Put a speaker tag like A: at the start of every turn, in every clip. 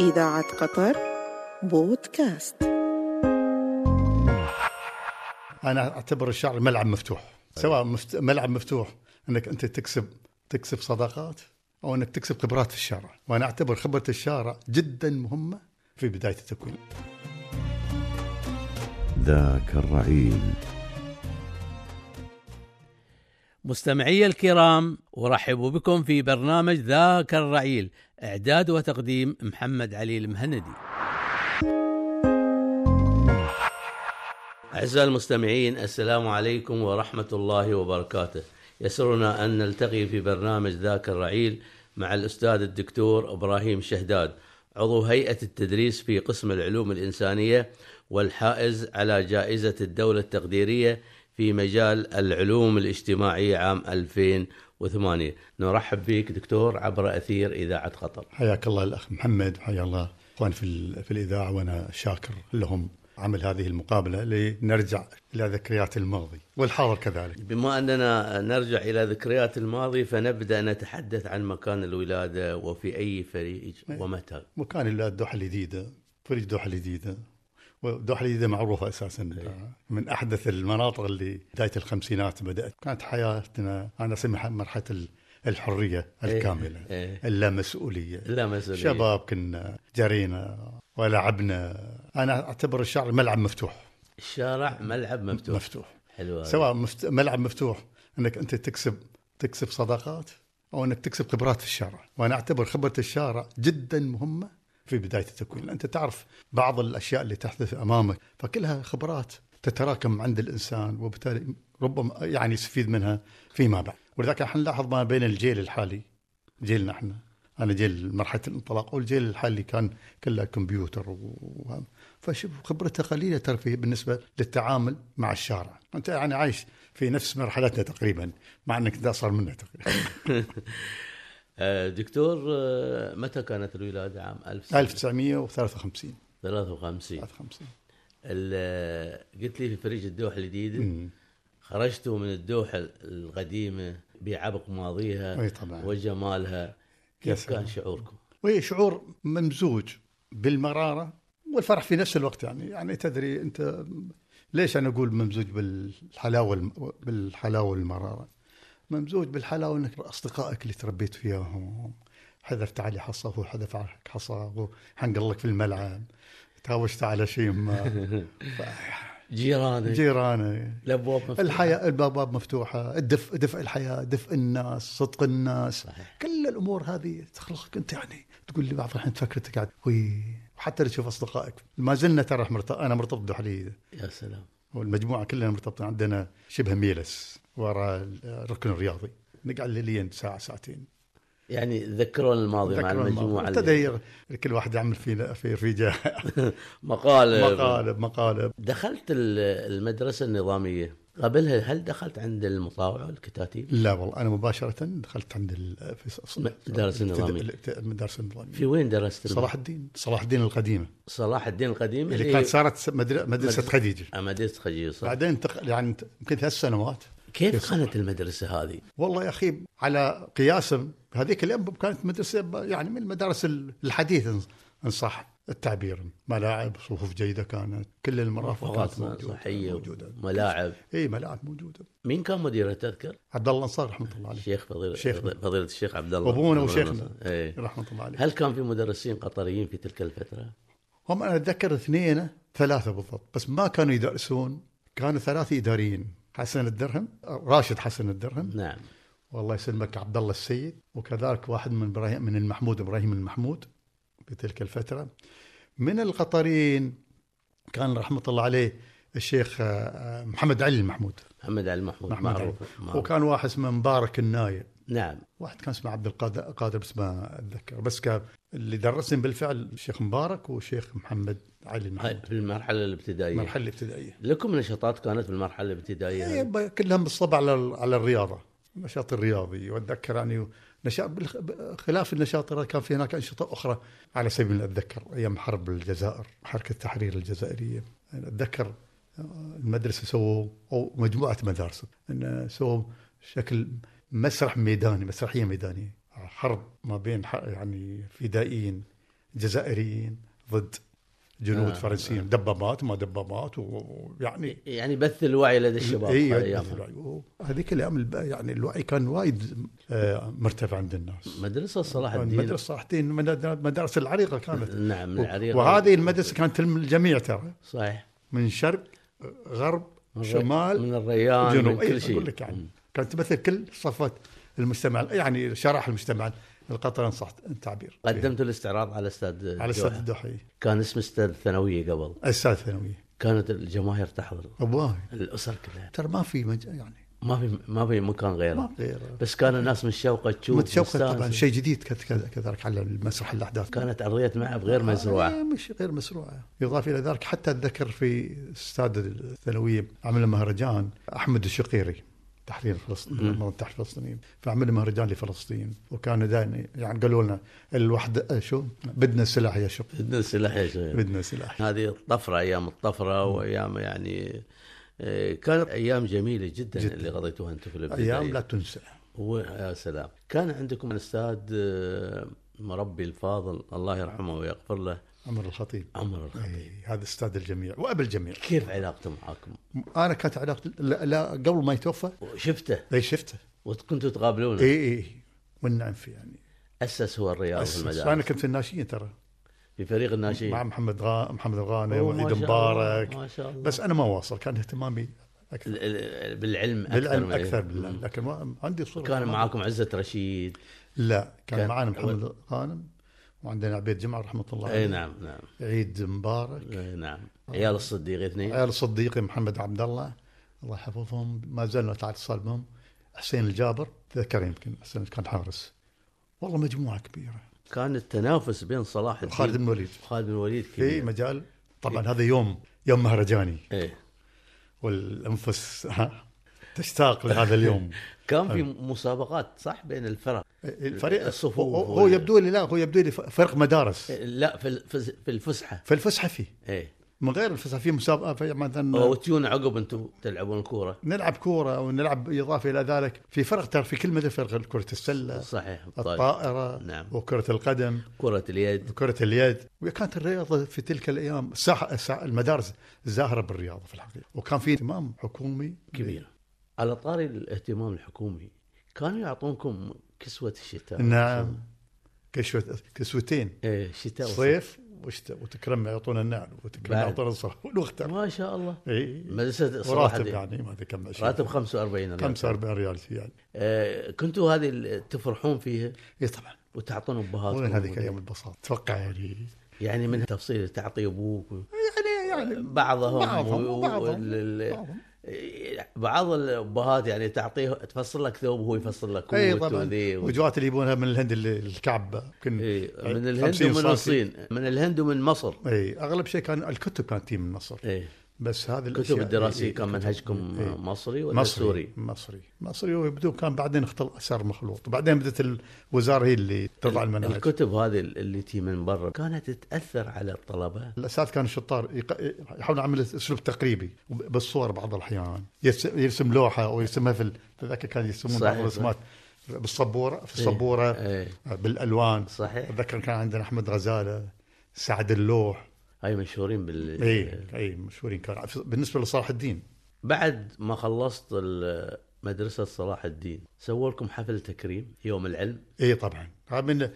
A: إذاعة قطر بودكاست
B: انا اعتبر الشعر ملعب مفتوح سواء مفت... ملعب مفتوح انك انت تكسب تكسب صداقات او انك تكسب خبرات في الشارع وانا اعتبر خبره الشارع جدا مهمه في بدايه التكوين
C: ذاك الرعيل
D: مستمعي الكرام ورحب بكم في برنامج ذاك الرعيل إعداد وتقديم محمد علي المهندي أعزائي المستمعين السلام عليكم ورحمة الله وبركاته يسرنا أن نلتقي في برنامج ذاك الرعيل مع الأستاذ الدكتور إبراهيم شهداد عضو هيئة التدريس في قسم العلوم الإنسانية والحائز على جائزة الدولة التقديرية في مجال العلوم الاجتماعية عام 2008 نرحب بك دكتور عبر أثير إذاعة قطر
B: حياك الله الاخ محمد وحيا الله اخوان في ال- في الاذاعه وانا شاكر لهم عمل هذه المقابله لنرجع الى ذكريات الماضي والحاضر كذلك
D: بما أننا نرجع إلى ذكريات الماضي فنبدأ نتحدث عن مكان الولادة وفي أي فريق ومتى
B: مكان الولاد دوحه الجديده فريق دوحه الجديده ودوحه الجديده معروفه اساسا
D: إيه.
B: من احدث المناطق اللي بدايه الخمسينات بدات كانت حياتنا انا اسميها مرحله ال- الحريه الكامله
D: إيه.
B: اللامسؤوليه
D: لا مسؤولية
B: شباب كنا جرينا ولعبنا انا اعتبر الشعر ملعب مفتوح
D: الشارع ملعب مفتوح
B: مفتوح
D: حلو هذا.
B: سواء مفت... ملعب مفتوح انك انت تكسب تكسب صداقات او انك تكسب خبرات في الشارع وانا اعتبر خبره الشارع جدا مهمه في بدايه التكوين لأن انت تعرف بعض الاشياء اللي تحدث امامك فكلها خبرات تتراكم عند الانسان وبالتالي ربما يعني يستفيد منها فيما بعد ولذلك احنا نلاحظ ما بين الجيل الحالي جيلنا احنا انا جيل مرحله الانطلاق والجيل الحالي كان كله كمبيوتر و... فشوف خبرته قليله ترى في- بالنسبه للتعامل مع الشارع، انت يعني عايش في نفس مرحلتنا تقريبا مع انك ده صار منه تقريبا
D: آه، دكتور آه، متى كانت الولادة عام
B: 1953
D: 1953
B: 53
D: ال- آه، قلت لي في فريج الدوحة الجديدة خرجتوا من الدوحة القديمة بعبق
B: أي
D: ماضيها
B: إيه، طبعاً.
D: وجمالها
B: يا
D: كيف
B: سلام.
D: كان شعوركم؟
B: وهي شعور ممزوج بالمراره والفرح في نفس الوقت يعني يعني تدري انت ليش انا اقول ممزوج بالحلاوه الم- بالحلاوه والمراره؟ ممزوج بالحلاوه انك اصدقائك اللي تربيت فيهم حذفت علي حصى هو حذف عليك حصى هو حنقل لك في الملعب تهاوشت على شيء ما
D: جيرانك
B: جيرانه
D: الابواب مفتوحة.
B: الحياة الباب مفتوحة الدفء دفء الحياة دفء الناس صدق الناس صحيح. كل الأمور هذه تخلقك أنت يعني تقول لي بعض الحين تفكرتك قاعد وي وحتى لو تشوف أصدقائك ما زلنا ترى مرت- أنا مرتبط بحلي
D: يا سلام
B: والمجموعة كلنا مرتبطين عندنا شبه ميلس وراء الركن الرياضي نقعد ليليا ساعة ساعتين
D: يعني تذكرون الماضي مع
B: ذكرى الماضي.
D: المجموعة اللي-
B: ابتدى يغ- كل واحد يعمل في في رجال
D: مقالب
B: مقالب مقالب
D: دخلت ال- المدرسة النظامية قبلها هل دخلت عند المطاوع والكتاتيب؟
B: لا والله انا مباشره دخلت عند ال- في ص- الابتدا-
D: مدارس النظامية.
B: الابت- المدارس النظاميه
D: في وين درست؟ الم-
B: صلاح الدين إيه. صلاح الدين القديمه
D: صلاح الدين القديم
B: اللي كانت صارت مدر- مدرسه خديجه
D: مدرسة خجير صح؟
B: بعدين انتق- يعني انت- يمكن ثلاث سنوات
D: كيف كانت المدرسة هذه؟
B: والله يا اخي على قياسا هذيك الايام كانت مدرسه ب- يعني من المدارس ال- الحديثه إن- ان صح التعبير ملاعب صفوف جيده كانت كل المرافق كانت
D: فقط
B: موجوده
D: صحية
B: موجوده
D: وملاعب
B: اي ملاعب موجوده
D: مين كان مديرها تذكر؟
B: عبد الله انصار رحمه الله عليه
D: الشيخ فضيلة
B: شيخنا.
D: فضيلة الشيخ عبد الله
B: ابونا
D: عبد الله
B: وشيخنا
D: ناصر. إيه.
B: رحمه الله عليه
D: هل كان في مدرسين قطريين في تلك الفترة؟
B: هم انا اتذكر اثنين ثلاثه بالضبط بس ما كانوا يدرسون كانوا ثلاثه اداريين حسن الدرهم راشد حسن الدرهم
D: نعم
B: والله يسلمك عبد الله السيد وكذلك واحد من ابراهيم من المحمود ابراهيم المحمود في تلك الفتره من القطريين كان رحمه الله عليه الشيخ آه، آه، محمد علي المحمود
D: محمد علي محمود
B: محمود علي.
D: معروف معروف.
B: وكان واحد اسمه مبارك النايب
D: نعم
B: واحد كان اسمه عبد القادر قادر بس ما اتذكر بس كان اللي درسني بالفعل الشيخ مبارك والشيخ محمد علي
D: هاي
B: المحمود
D: في المرحلة الابتدائية
B: المرحله الابتدائيه
D: لكم نشاطات كانت في المرحلة الابتدائية
B: هي
D: هذه؟
B: إيه، ب- كلها بالصبع على ال- على الرياضه النشاط الرياضي واتذكر يعني نشاط بالخ- ب- خلاف النشاط الرياضي كان في هناك انشطه اخرى على سبيل الاتذكر ايام حرب الجزائر حركه التحرير الجزائريه أنا اتذكر آه، المدرسه سووا او مجموعه مدارس ان سووا شكل مسرح ميداني مسرحيه ميدانيه حرب ما بين ح- يعني فدائيين جزائريين ضد جنود
D: آه.
B: آه. فرنسيين دبابات ما دبابات و- ويعني
D: يعني بث الوعي لدى الشباب
B: إيه،
D: على أيامها.
B: الوعي. و- هذيك الايام الب- يعني الوعي كان وايد آه، مرتفع عند الناس
D: مدرسه صلاح الدين
B: المدرسه صراحتين مدارس العريقه كانت
D: نعم من
B: و-
D: العريقه
B: وهذه المدرسه كانت للجميع ترى
D: صحيح
B: من شرق غرب
D: من الري-
B: شمال
D: من الريان من
B: جنوب
D: كل
B: اي
D: شيء
B: اقول لك يعني كانت تمثل كل صفات المجتمع يعني شرح المجتمع القطر ان صح التعبير إيه،
D: قدمت الاستعراض على استاد
B: على استاذ
D: جوهر.
B: الدحي
D: كان اسم استاد الثانويه قبل
B: استاذ ثانوي
D: كانت الجماهير تحضر
B: ابواه
D: الاسر كلها
B: ترى ما في مج... يعني
D: ما في ما في مكان غيره
B: ما غيره
D: بس كان الناس من الشوقه تشوف
B: متشوقه طبعا
D: مستانسة.
B: شيء جديد كت- كت- كذلك على المسرح الاحداث
D: كانت ارضيه ملعب غير مزروعه
B: آه، مش غير مزروعه يضاف الى ذلك حتى اتذكر في استاد الثانويه عمل مهرجان احمد الشقيري تحرير فلسطين المنطقه الفلسطينيه فعملنا مهرجان لفلسطين وكان دائما يعني قالوا لنا الوحده آه، شو بدنا سلاح يا شباب
D: بدنا سلاح يا شيخ
B: بدنا سلاح
D: هذه الطفره ايام الطفره وايام يعني آه، كانت ايام جميله جدا,
B: جداً.
D: اللي قضيتوها انتم في الابتدائيه
B: ايام لا تنسى
D: هو يا سلام كان عندكم الاستاذ آه، مربي الفاضل الله يرحمه ويغفر له
B: عمر الخطيب
D: عمر الخطيب
B: أي، هذا استاذ الجميع وابى الجميع
D: كيف علاقته معاكم؟
B: انا كانت علاقتي لا, لا قبل ما يتوفى
D: شفته
B: لا شفته
D: وكنتوا تقابلونه
B: اي اي والنعم فيه يعني
D: اسس هو الرياض في
B: أسس.
D: المدارس
B: انا كنت في الناشئين ترى
D: في فريق الناشئين
B: مع محمد غا... محمد الغاني
D: أوه، ما
B: وعيد
D: شاء الله،
B: مبارك
D: ما شاء الله
B: بس انا ما واصل كان اهتمامي اكثر
D: ال- ال- بالعلم اكثر
B: بالعلم
D: من- إيه.
B: اكثر بالعلم لكن ما عندي صوره
D: كان معاكم عزه رشيد
B: لا كان,
D: كان-
B: معانا محمد الغانم وعندنا عبيد جمعه رحمه الله
D: اي
B: عليه.
D: نعم نعم
B: عيد مبارك
D: اي نعم عيال الصديق اثنين
B: عيال صديقي محمد عبد الله الله يحفظهم ما زلنا على اتصال بهم حسين الجابر تذكر يمكن حسين كان حارس والله مجموعه كبيره
D: كان التنافس بين صلاح الدين
B: وخالد بن الوليد
D: خالد بن الوليد
B: في
D: كبير
B: مجال طبعا هذا يوم يوم مهرجاني
D: ايه
B: والانفس ها تشتاق لهذا اليوم
D: كان في مسابقات صح بين الفرق
B: الفريق
D: الصفوف
B: أه، هو,
D: إيه. هو-
B: هو يبدو لي لا هو يبدو لي فرق مدارس
D: لا في ال- في- في الفسحه
B: في الفسحه فيه
D: ايه
B: من غير الفسحه فيه مسابقه في
D: أو
B: مثلا
D: تجون عقب انتم تلعبون كوره
B: نلعب كوره او نلعب اضافه الى ذلك في فرق ترى في كل مدى فرق كره السله
D: صحيح طيب.
B: الطائره
D: نعم.
B: وكره القدم
D: كره اليد
B: وكره اليد وكانت الرياضه في تلك الايام الساحه الساحة- المدارس زاهره بالرياضه في الحقيقه وكان في اهتمام حكومي
D: كبيره على طاري الاهتمام الحكومي كانوا يعطونكم كسوه الشتاء
B: نعم كشوة كسوتين
D: ايه شتاء وصيف
B: صيف وشتاء وتكرم يعطونا النعل وتكرم
D: بعد.
B: يعطونا إيه. الصف ونختم
D: ما شاء الله
B: اي
D: مدرسه صلاح
B: وراتب
D: الدين
B: يعني ما ادري كم عشرين.
D: راتب 45 أنا
B: 45 ريال يعني
D: آه كنتوا هذه ال- تفرحون فيها
B: اي طبعا
D: وتعطون ابهاتكم
B: وين هذيك ايام البساط اتوقع يعني
D: يعني من تفصيل تعطي ابوك و-
B: يعني يعني
D: بعضهم
B: بعضهم
D: و-
B: وبعضهم
D: وال-
B: بعضهم.
D: بعض الابهات يعني تعطيه تفصل لك ثوب وهو يفصل لك
B: اي
D: كوت
B: طبعا
D: وذي و-
B: إيه وجوات اللي يبونها من الهند اللي- الكعب كن
D: إيه، من
B: 50
D: الهند ومن
B: صاصي.
D: الصين من الهند ومن مصر
B: اي اغلب إيه، شيء كان الكتب كانت تي من مصر
D: ايه
B: بس هذه
D: الكتب
B: الأشياء- إيه، إي-
D: الدراسيه
B: إي،
D: كان
B: كتب.
D: منهجكم
B: إي.
D: مصري ولا
B: إيه. مصري
D: سوري؟
B: مصري مصري ويبدو كان بعدين اختلط صار مخلوط بعدين بدت الوزاره هي اللي تضع المناهج
D: الكتب هذه اللي تي من برا كانت تتاثر على الطلبه
B: الاساتذه كانوا شطار يق- يحاولون عمل اسلوب تقريبي بالصور بعض الاحيان يرس- يرسم لوحه او يرسمها في ال- تذكر كان يرسمون بعض
D: صحيح،
B: الرسومات بالصبوره في الصبوره
D: إيه.
B: بالالوان
D: صحيح.
B: اتذكر كان عندنا احمد غزاله سعد اللوح
D: هاي مشهورين بال
B: اي اي مشهورين كانوا بالنسبه لصلاح الدين
D: بعد ما خلصت ال- مدرسه صلاح الدين سووا لكم حفل تكريم يوم العلم
B: اي طبعا إيه، هذا من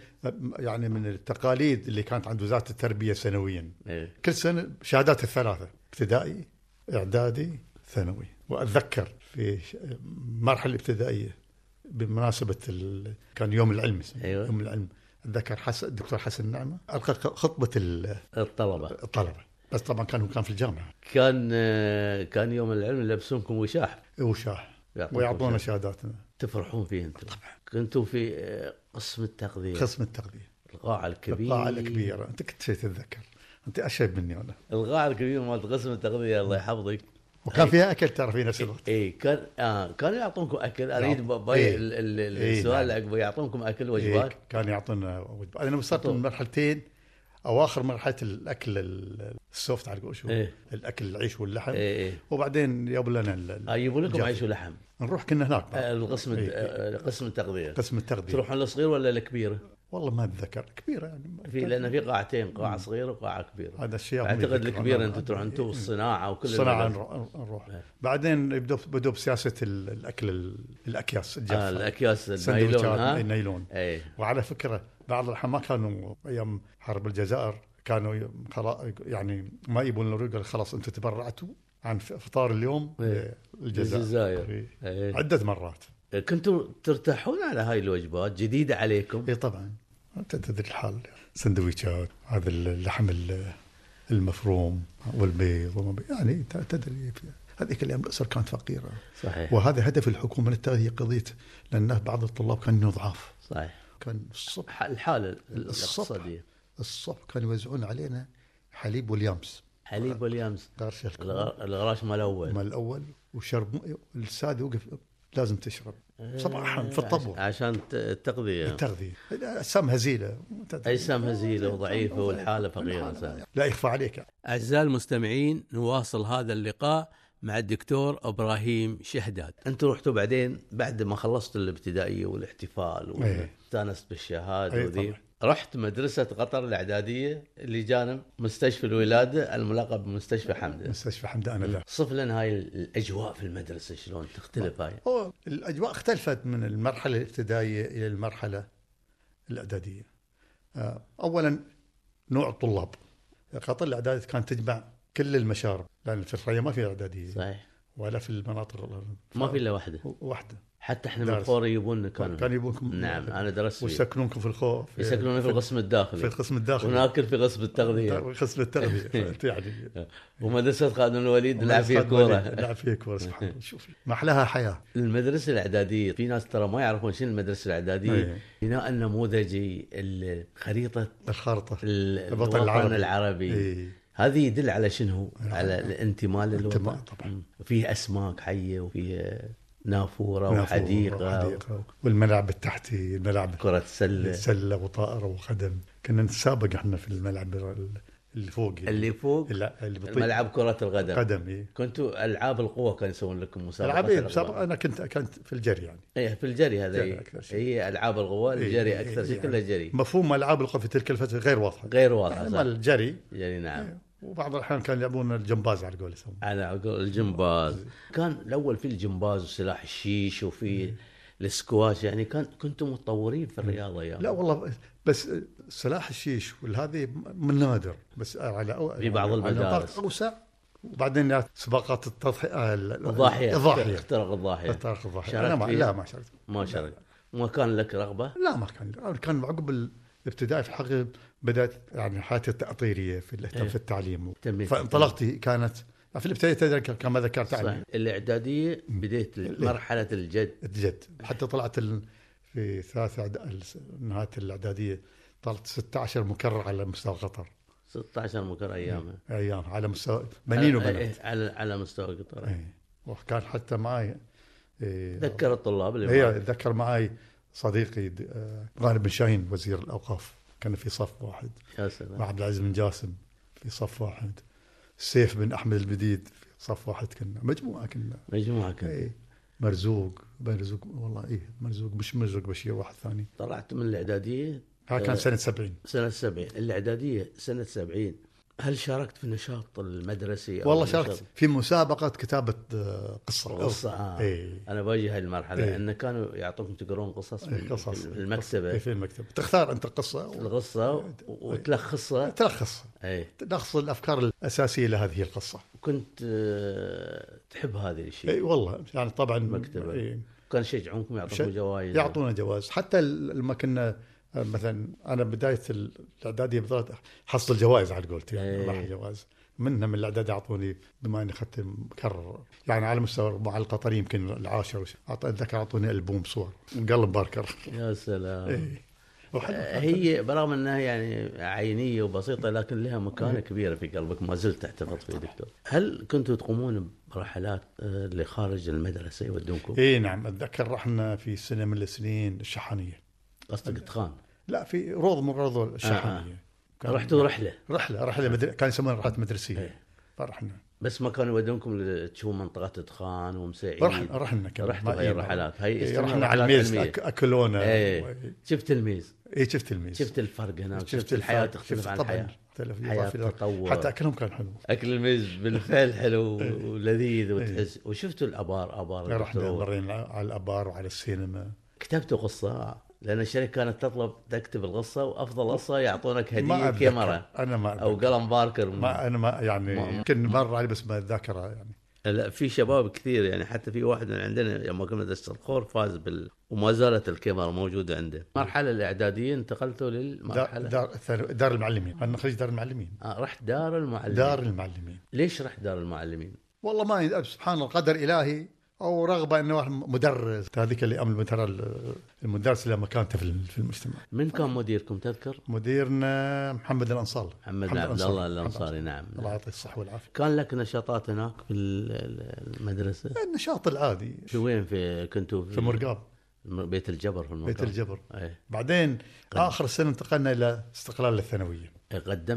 B: يعني من التقاليد اللي كانت عند وزاره التربيه سنويا
D: إيه.
B: كل سنه شهادات الثلاثه ابتدائي اعدادي ثانوي واتذكر في ش- المرحله الابتدائيه بمناسبه ال... كان يوم العلم اسمه،
D: أيوة.
B: يوم العلم اتذكر حسن الدكتور حسن نعمه القى خ- خطبه ال-
D: الطلبه
B: الطلبه بس طبعا كان هو كان في الجامعه
D: كان آه، كان يوم العلم يلبسونكم وشاح
B: وشاه
D: يعطونكم
B: ويعطونا
D: وشاح.
B: شهاداتنا
D: تفرحون فيه انتم طبعا كنتوا في آه، قسم التغذيه
B: قسم التغذيه
D: القاعه الكبيره
B: القاعه الكبيره انت كنت شيء تتذكر انت اشيب مني انا
D: القاعه الكبيره مالت قسم التغذيه الله يحفظك
B: وكان فيها اكل ترى في نفس الوقت
D: اي كان آه كانوا يعطونكم اكل اريد
B: يعط-
D: ب- ب-
B: إيه.
D: ال- ال- ال-
B: إيه،
D: السؤال اللي
B: نعم.
D: عقبه يعطونكم اكل
B: إيه
D: وجبات
B: كان يعطونا وجبه انا وصلت من مرحلتين اواخر مرحله الاكل ال- السوفت على قول شو
D: إيه.
B: الاكل العيش واللحم
D: إيه، إيه.
B: وبعدين جابوا لنا ال- ال-
D: آه، يجيبوا لكم
B: الجاف.
D: عيش ولحم
B: نروح كنا هناك
D: آه
B: بقى.
D: القسم
B: إيه،
D: آه قسم التغذيه
B: قسم التغذيه
D: تروحون للصغير ولا الكبيره؟
B: والله ما اتذكر كبيره يعني
D: في لان في قاعتين قاعه صغيره وقاعه كبيره
B: هذا الشيء
D: اعتقد الكبيره انتم تروح
B: تروح
D: انتم والصناعه وكل
B: الصناعه
D: المجال.
B: إيه، نرو- نروح
D: إيه.
B: بعدين يبدوا بدوا بسياسه ال- الاكل ال- الاكياس
D: آه
B: الجافه
D: الاكياس النايلون
B: سندوتشات
D: ها إيه.
B: النايلون
D: اي
B: وعلى فكره بعض الحما كانوا ايام حرب الجزائر كانوا ي- خلا- يعني ما يبون لنا رجل خلاص انتم تبرعتوا عن ف- فطار اليوم
D: إيه.
B: الجزائر
D: الجزائر.
B: إيه.
D: إيه.
B: عده مرات
D: كنتم ترتاحون على هاي الوجبات جديده عليكم
B: اي طبعا انت إيه تدري الحال سندويشات هذا اللحم ال- المفروم والبيض وما بي- يعني ت- تدري في- هذيك الايام الاسر كانت فقيره
D: صحيح
B: وهذا هدف الحكومه من التغذيه قضيه لان بعض الطلاب كانوا ضعاف
D: صحيح
B: كان الصبح
D: ح- الحاله ال-
B: الصبح.
D: الاقتصاديه
B: الصبح كانوا يوزعون علينا حليب واليامس
D: حليب واليمس
B: قرش الكوب
D: الغ- الغراش مال اول
B: ما الاول وشرب الساد يوقف لازم تشرب صباحا في
D: آه، عش-
B: الطبوع
D: عشان الت- التغذيه
B: التغذيه اجسام هزيله
D: اجسام هزيله وضعيفه والحاله فقيره صحيح.
B: لا يخفى عليك
D: أعزائي المستمعين نواصل هذا اللقاء مع الدكتور إبراهيم شهداد أنتم رحتوا بعدين بعد ما خلصت الابتدائية والاحتفال
B: إيه.
D: واستانست بالشهادة
B: إيه
D: وذي
B: طبعاً.
D: رحت مدرسة قطر الإعدادية اللي جانب مستشفى الولادة الملقب بمستشفى حمدة
B: مستشفى حمدان انا ذا
D: صف لنا هاي الأجواء في المدرسة شلون تختلف هاي
B: هو الاجواء اختلفت من المرحله الابتدائيه الى المرحله الاعداديه. آه، اولا نوع الطلاب. قطر الاعداديه كانت تجمع كل المشارب لان في الرية ما في اعداديه
D: صحيح
B: ولا في المناطق الأرض.
D: ما في إلا واحدة
B: واحده
D: حتى إحنا من
B: درس.
D: الخور يبون كانوا
B: كان يبونكم
D: نعم أنا درست فيه.
B: ويسكنونكم في الخوف
D: يسكنون في القسم
B: في
D: الداخلي
B: القسم الداخلي
D: وناكل في قسم التغذية
B: قسم التغذيه فأنت يعني
D: ومدرسة خادم الوليد نلعب فيها
B: ولد،
D: كورة
B: نلعب فيها كوره سبحان الله شوف ما احلاها حياه
D: المدرسة الإعدادية في ناس ترى ما يعرفون شنو المدرسة الإعدادية
B: إيه.
D: بناء النموذجي ال- خريطة
B: الخارطه
D: ال-
B: الوطن
D: الوطن
B: العربي.
D: العربي
B: إيه. نعم.
D: هذه يدل على شنو؟ على الانتماء
B: انتماء
D: للوطن
B: طبعاً.
D: مم. فيه أسماك حية وفيه نافورة وحديقة
B: حديقة والملعب التحتي الملعب
D: كرة سلة
B: سلة وطائرة وقدم كنا نتسابق احنا في الملعب ال- اللي فوق
D: اللي فوق
B: لا اللي بطيء
D: ملعب كرة القدم
B: قدم إيه. اي
D: كنتوا ألعاب القوة كانوا يسوون لكم مسابقة
B: العاب إيه، مسابقة انا كنت كنت في الجري يعني
D: ايه في الجري هذا
B: الجري
D: هي-
B: أكثر شيء.
D: هي العاب الغوال
B: إيه،
D: الجري
B: إيه،
D: اكثر شيء
B: يعني
D: كلها جري
B: مفهوم العاب القوى في تلك الفترة غير واضح
D: غير واضح
B: يعني
D: صح؟
B: ما الجري
D: جري
B: إيه.
D: نعم
B: وبعض الاحيان كانوا يلعبون الجمباز على قولتهم
D: على عقول الجمباز كان الاول في الجمباز وسلاح الشيش
B: إيه.
D: وفي السكواش يعني كان كنتم متطورين في الرياضه يعني
B: لا والله بس سلاح الشيش والهذه من نادر بس على أو
D: في بعض
B: على نطاق
D: المدارس.
B: اوسع وبعدين سباقات آه، التضحيه
D: الضاحيه
B: الضاحيه
D: اخترق الضاحيه
B: الطريق الظاهري
D: شاركت
B: انا ما
D: إيه. فيها؟
B: لا ما شاركت
D: ما شارك ما كان لك رغبه
B: لا ما كان أنا كان عقب الابتدائي في الحقيقه بدات يعني حياتي التأطيريه في الاهتمام
D: إيه.
B: في التعليم
D: تنمية
B: فانطلقتي كانت في الابتدائي تدري كان- كان ما ذكرت
D: صح
B: تعليم
D: الاعداديه بديت
B: إيه.
D: مرحله الجد
B: جد حتى طلعت ال... في ثالث عد... ال- نهايه الاعداديه طلعت 16 مكرر على مستوى قطر
D: 16 مكر ايامها
B: ايام على مستوى إيه. بنين
D: على-
B: وبنات
D: إيه، على على مستوى قطر
B: إيه. وكان حتى معي إيه،
D: تذكر الطلاب اللي
B: هي
D: معك.
B: اتذكر معي صديقي د- آه، غالب بن شاهين وزير الاوقاف كان في صف واحد
D: يا سلام
B: مع عبد العزيز بن جاسم في صف واحد سيف بن احمد البديد في صف واحد كنا مجموعه كنا
D: مجموعه كنت
B: اي مرزوق مرزوق والله اي مرزوق مش مرزوق بشير واحد ثاني
D: طلعت من الاعداديه
B: هاي كان سنه 70
D: سنة 70 الإعدادية سنة 70 هل شاركت في النشاط المدرسي أو
B: والله
D: النشاط-
B: شاركت في مسابقه كتابه آه، إيه. قصه
D: قصة آه.
B: اي
D: أنا بواجه هالمرحلة
B: إيه.
D: أن كانوا يعطوكم تقرون قصص في,
B: قصص
D: في المكتبة
B: إيه، في المكتبة تختار انت قصه و-
D: القصة و- وتلخصها
B: تلخص
D: أي
B: تلخص الافكار الاساسيه لهذه القصه
D: كنت آه، تحب هذا الشيء
B: اي والله يعني طبعا
D: مكتبة.
B: إيه.
D: كان يشجعونكم يعطونكم
B: ش-
D: جوائز
B: يعطونا جواز حتى ال- لما كنا آه، مثلا انا بدايه ال- الاعداديه بدات حصل جوائز على قولتي
D: إيه.
B: يعني راح جوائز منها من الاعداد اعطوني بما اني اخذت مكرر يعني على مستوى مع القطري يمكن العاشر وش- أعط- اتذكر اعطوني البوم صور مقلب باركر
D: يا سلام
B: إيه. وحلو.
D: آه، هي برغم انها يعني عينيه وبسيطه لكن لها مكانه كبيره في قلبك ما زلت تحتفظ فيه دكتور. هل كنتوا تقومون برحلات آه، لخارج المدرسه يودونكم؟
B: اي نعم اتذكر رحنا في سنه من السنين الشحنيه
D: قصدك تخان
B: لا في
D: آه،
B: روض من روض الشحنيه
D: رحتوا رحله
B: نعم. رحله رحله مدر... كان يسمونها رحلات مدرسيه
D: إيه.
B: فرحنا
D: بس ما كانوا يودونكم تشوفون منطقه ادخان ومسعيد
B: رحنا رحنا كمان
D: إيه. رحت
B: ما-
D: غير
B: إيه،
D: رحلات هاي
B: إيه،
D: اسمها
B: رحنا على
D: رحلات
B: الميز
D: علمية.
B: أك- اكلونا
D: إيه. شفت الميز
B: اي شفت الميز
D: شفت الفرق هناك شفت,
B: الفرق،
D: الحياه تختلف
B: شفت
D: عن
B: طبعاً
D: الحياه
B: اختلف، يضاف
D: حياة
B: إلى-
D: تطور.
B: حتى اكلهم كان حلو
D: اكل الميز بالفعل حلو
B: إيه.
D: ولذيذ وتحس وشفتوا الابار ابار
B: رحنا
D: الدكتور.
B: مرينا على الابار وعلى السينما
D: كتبتوا قصه لان الشركه كانت تطلب تكتب القصه وافضل قصه يعطونك
B: ما
D: هديه
B: أتذكر.
D: كاميرا
B: انا ما
D: او
B: أتذكر.
D: قلم باركر
B: ما انا ما يعني
D: ما-
B: يمكن مر علي بس ما اتذكره يعني
D: لا في شباب كثير يعني حتى في واحد من عندنا لما كنا مدرسه الخور فاز بال وما زالت الكاميرا موجوده عنده المرحله الاعداديه انتقلتوا
B: دار,
D: للمرحله
B: دار, الثانو- دار المعلمين انا خريج دار المعلمين
D: آه رحت دار المعلمين
B: دار المعلمين
D: ليش رحت دار المعلمين؟
B: والله ما يد- سبحان الله قدر الهي او رغبه انه واحد مدرس هذيك اللي امل ترى ال- المدرس له مكانته في ال- في المجتمع
D: من كان مديركم تذكر؟
B: مديرنا محمد الانصار
D: محمد عبد
B: الأنصاري.
D: الله
B: محمد
D: الانصاري نعم
B: الله يعطيه الصحه والعافيه
D: كان لك نشاطات هناك في ال- ال- المدرسه؟
B: النشاط العادي
D: في وين في كنتوا
B: في مرقاب
D: الم- بيت الجبر في المرقاب
B: بيت الجبر
D: ايه
B: بعدين اخر السنه انتقلنا الى استقلال الثانويه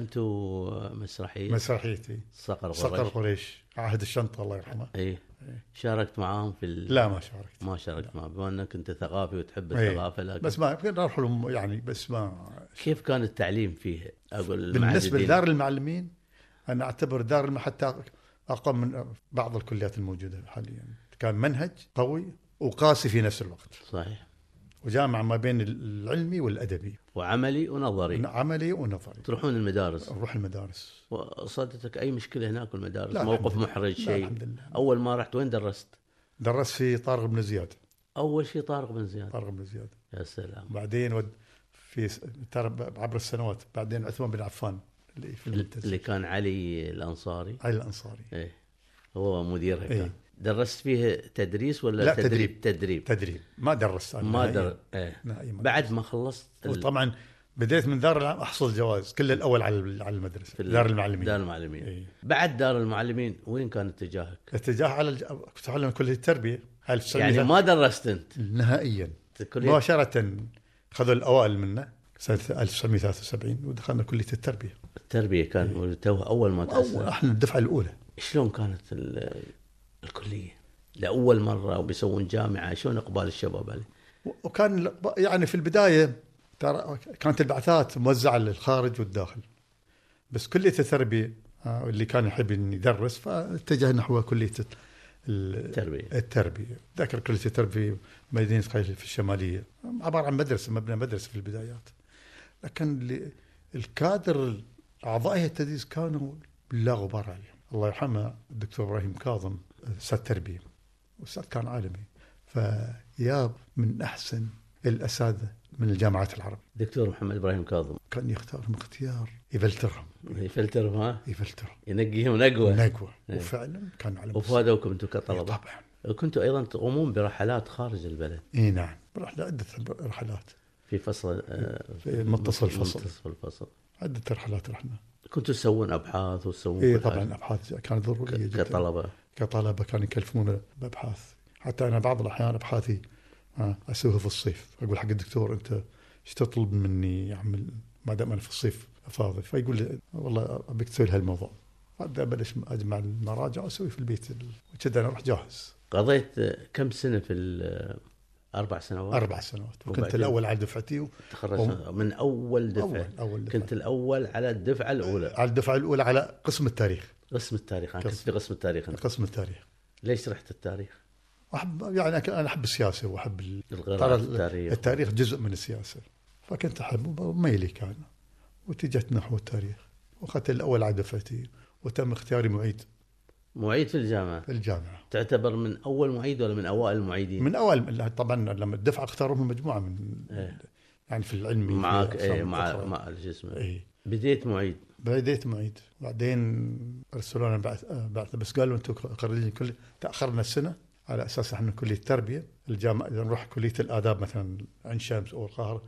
D: قدمتوا مسرحيه
B: مسرحيتي
D: صقر
B: صقر
D: غرش
B: قريش عهد الشنطه الله يرحمه
D: ايه شاركت معاهم في ال...
B: لا ما شاركت
D: ما شاركت معه بما انك انت ثقافي وتحب
B: إيه.
D: الثقافه لكن بس
B: بس ما يمكن نروح لهم يعني بس ما
D: كيف كان التعليم فيها؟ اقول
B: بالنسبه
D: المعازبين.
B: لدار المعلمين انا اعتبر دار الم- حتى اقوى من بعض الكليات الموجوده حاليا كان منهج قوي وقاسي في نفس الوقت
D: صحيح
B: وجامع ما بين العلمي والادبي
D: وعملي ونظري
B: عملي ونظري
D: تروحون المدارس
B: نروح المدارس
D: وصادتك اي مشكله هناك المدارس
B: لا،
D: موقف
B: الحمد لله.
D: محرج
B: لا، الحمد
D: شيء
B: لله.
D: اول ما رحت وين درست؟
B: درست في طارق بن زياد
D: اول شيء طارق بن زياد
B: طارق بن زياد
D: يا سلام
B: بعدين ود في س- ترى ب- عبر السنوات بعدين عثمان بن عفان اللي في المنتزه
D: اللي كان علي الانصاري
B: علي الانصاري
D: ايه هو مديرها كان
B: إيه.
D: درست فيها تدريس ولا
B: لا، تدريب.
D: تدريب تدريب
B: تدريب يعني ما درست انا
D: ما
B: نهائياً.
D: در... إيه.
B: نهائياً ما
D: بعد ما خلصت ال-
B: وطبعا بديت من دار العلم احصل جواز كل الاول على على المدرسه
D: في ال-
B: دار المعلمين
D: دار المعلمين
B: إيه.
D: بعد دار المعلمين وين كان اتجاهك؟
B: اتجاه على الج... كنت اعلم كليه التربيه على
D: يعني ما درست انت
B: نهائيا
D: كلية
B: مباشره خذوا الاوائل منا سنه 1973 ودخلنا كليه التربيه
D: التربية كان
B: إيه.
D: موجود توها أول ما
B: اول
D: تأسس
B: احنا الدفعه الاولى
D: شلون كانت ال- الكلية؟ لأول مرة وبيسوون جامعة شلون إقبال الشباب عليه؟
B: و- وكان ال- يعني في البدايه ترى كانت البعثات موزعه للخارج والداخل بس كليه التربيه آه، اللي كان يحب إن يدرس فاتجه نحو كليه الت- ال-
D: التربية
B: التربيه ذكر كليه التربيه في مدينه قيل في الشماليه عباره عن مدرسه مبنى مدرسه في البدايات لكن ل- الكادر اعضاء هيئه التدريس كانوا لا غبار عليهم الله يرحمه الدكتور ابراهيم كاظم استاذ تربيه واستاذ كان عالمي فياب من احسن الاساتذه من الجامعات العربيه
D: دكتور محمد إبراهيم كاظم
B: كان يختارهم اختيار يفلترهم
D: يفلترهم ها
B: يفلترهم
D: ينقيهم نقوة
B: نقوه
D: إيه.
B: وفعلا كان على مستوى. إيه،
D: وفادوكم أنتم كطلبة
B: طبعا
D: كنتوا أيضا تقومون برحلات خارج البلد
B: اي نعم رحنا عده رحلات
D: في فصل آه،
B: في متصل الفصل.
D: متصل الفصل
B: عده رحلات رحنا
D: كنتوا تسوون أبحاث وتسوون
B: اي
D: كل
B: طبعا
D: حاجة.
B: ابحاث كانت
D: ك-
B: ضروريه جدا
D: كطلبة
B: كطلبه كانوا يكلفونا بابحاث حتى انا بعض الاحيان ابحاثي آه، اسويها في الصيف اقول حق الدكتور انت ايش تطلب مني اعمل ما دام انا في الصيف فاضي فيقول لي والله ابيك تسوي هالموضوع فابدا ابلش اجمع المراجع واسوي في البيت ال- وكذا انا اروح جاهز
D: قضيت آه، كم سنة في ال- آه، أربع سنوات
B: اربع سنوات وكنت
D: وبعدين؟
B: الاول على دفعتي و-
D: تخرجت من اول دفعه
B: اول اول دفعة.
D: كنت الاول على الدفعه الاولى
B: على الدفعه الاولى على قسم التاريخ
D: قسم التاريخ انا كنت
B: قسم.
D: في قسم التاريخ أنا.
B: قسم التاريخ
D: ليش رحت التاريخ؟
B: احب يعني انا احب السياسه واحب ال-
D: الغرام
B: ترى
D: التاريخ
B: التاريخ جزء من السياسه فكنت احبه وميلي كان واتجهت نحو التاريخ واخذت الاول على دفعتي وتم اختياري معيد
D: معيد في الجامعه
B: في الجامعه
D: تعتبر من اول معيد ولا من اوائل المعيدين؟
B: من اول لا، طبعا لما الدفعه اختاروا من مجموعه من
D: إيه.
B: يعني في العلمي في
D: معك
B: أقسام
D: ايه مع
B: الأخرى.
D: مع شو اسمه
B: إيه.
D: بديت معيد
B: بديت معيد بعدين ارسلونا بعث آه، بعث بس قالوا انتم خريجين كل تاخرنا السنه على اساس احنا كليه تربيه الجامعه إذا نروح كليه الاداب مثلا عين شمس او القاهره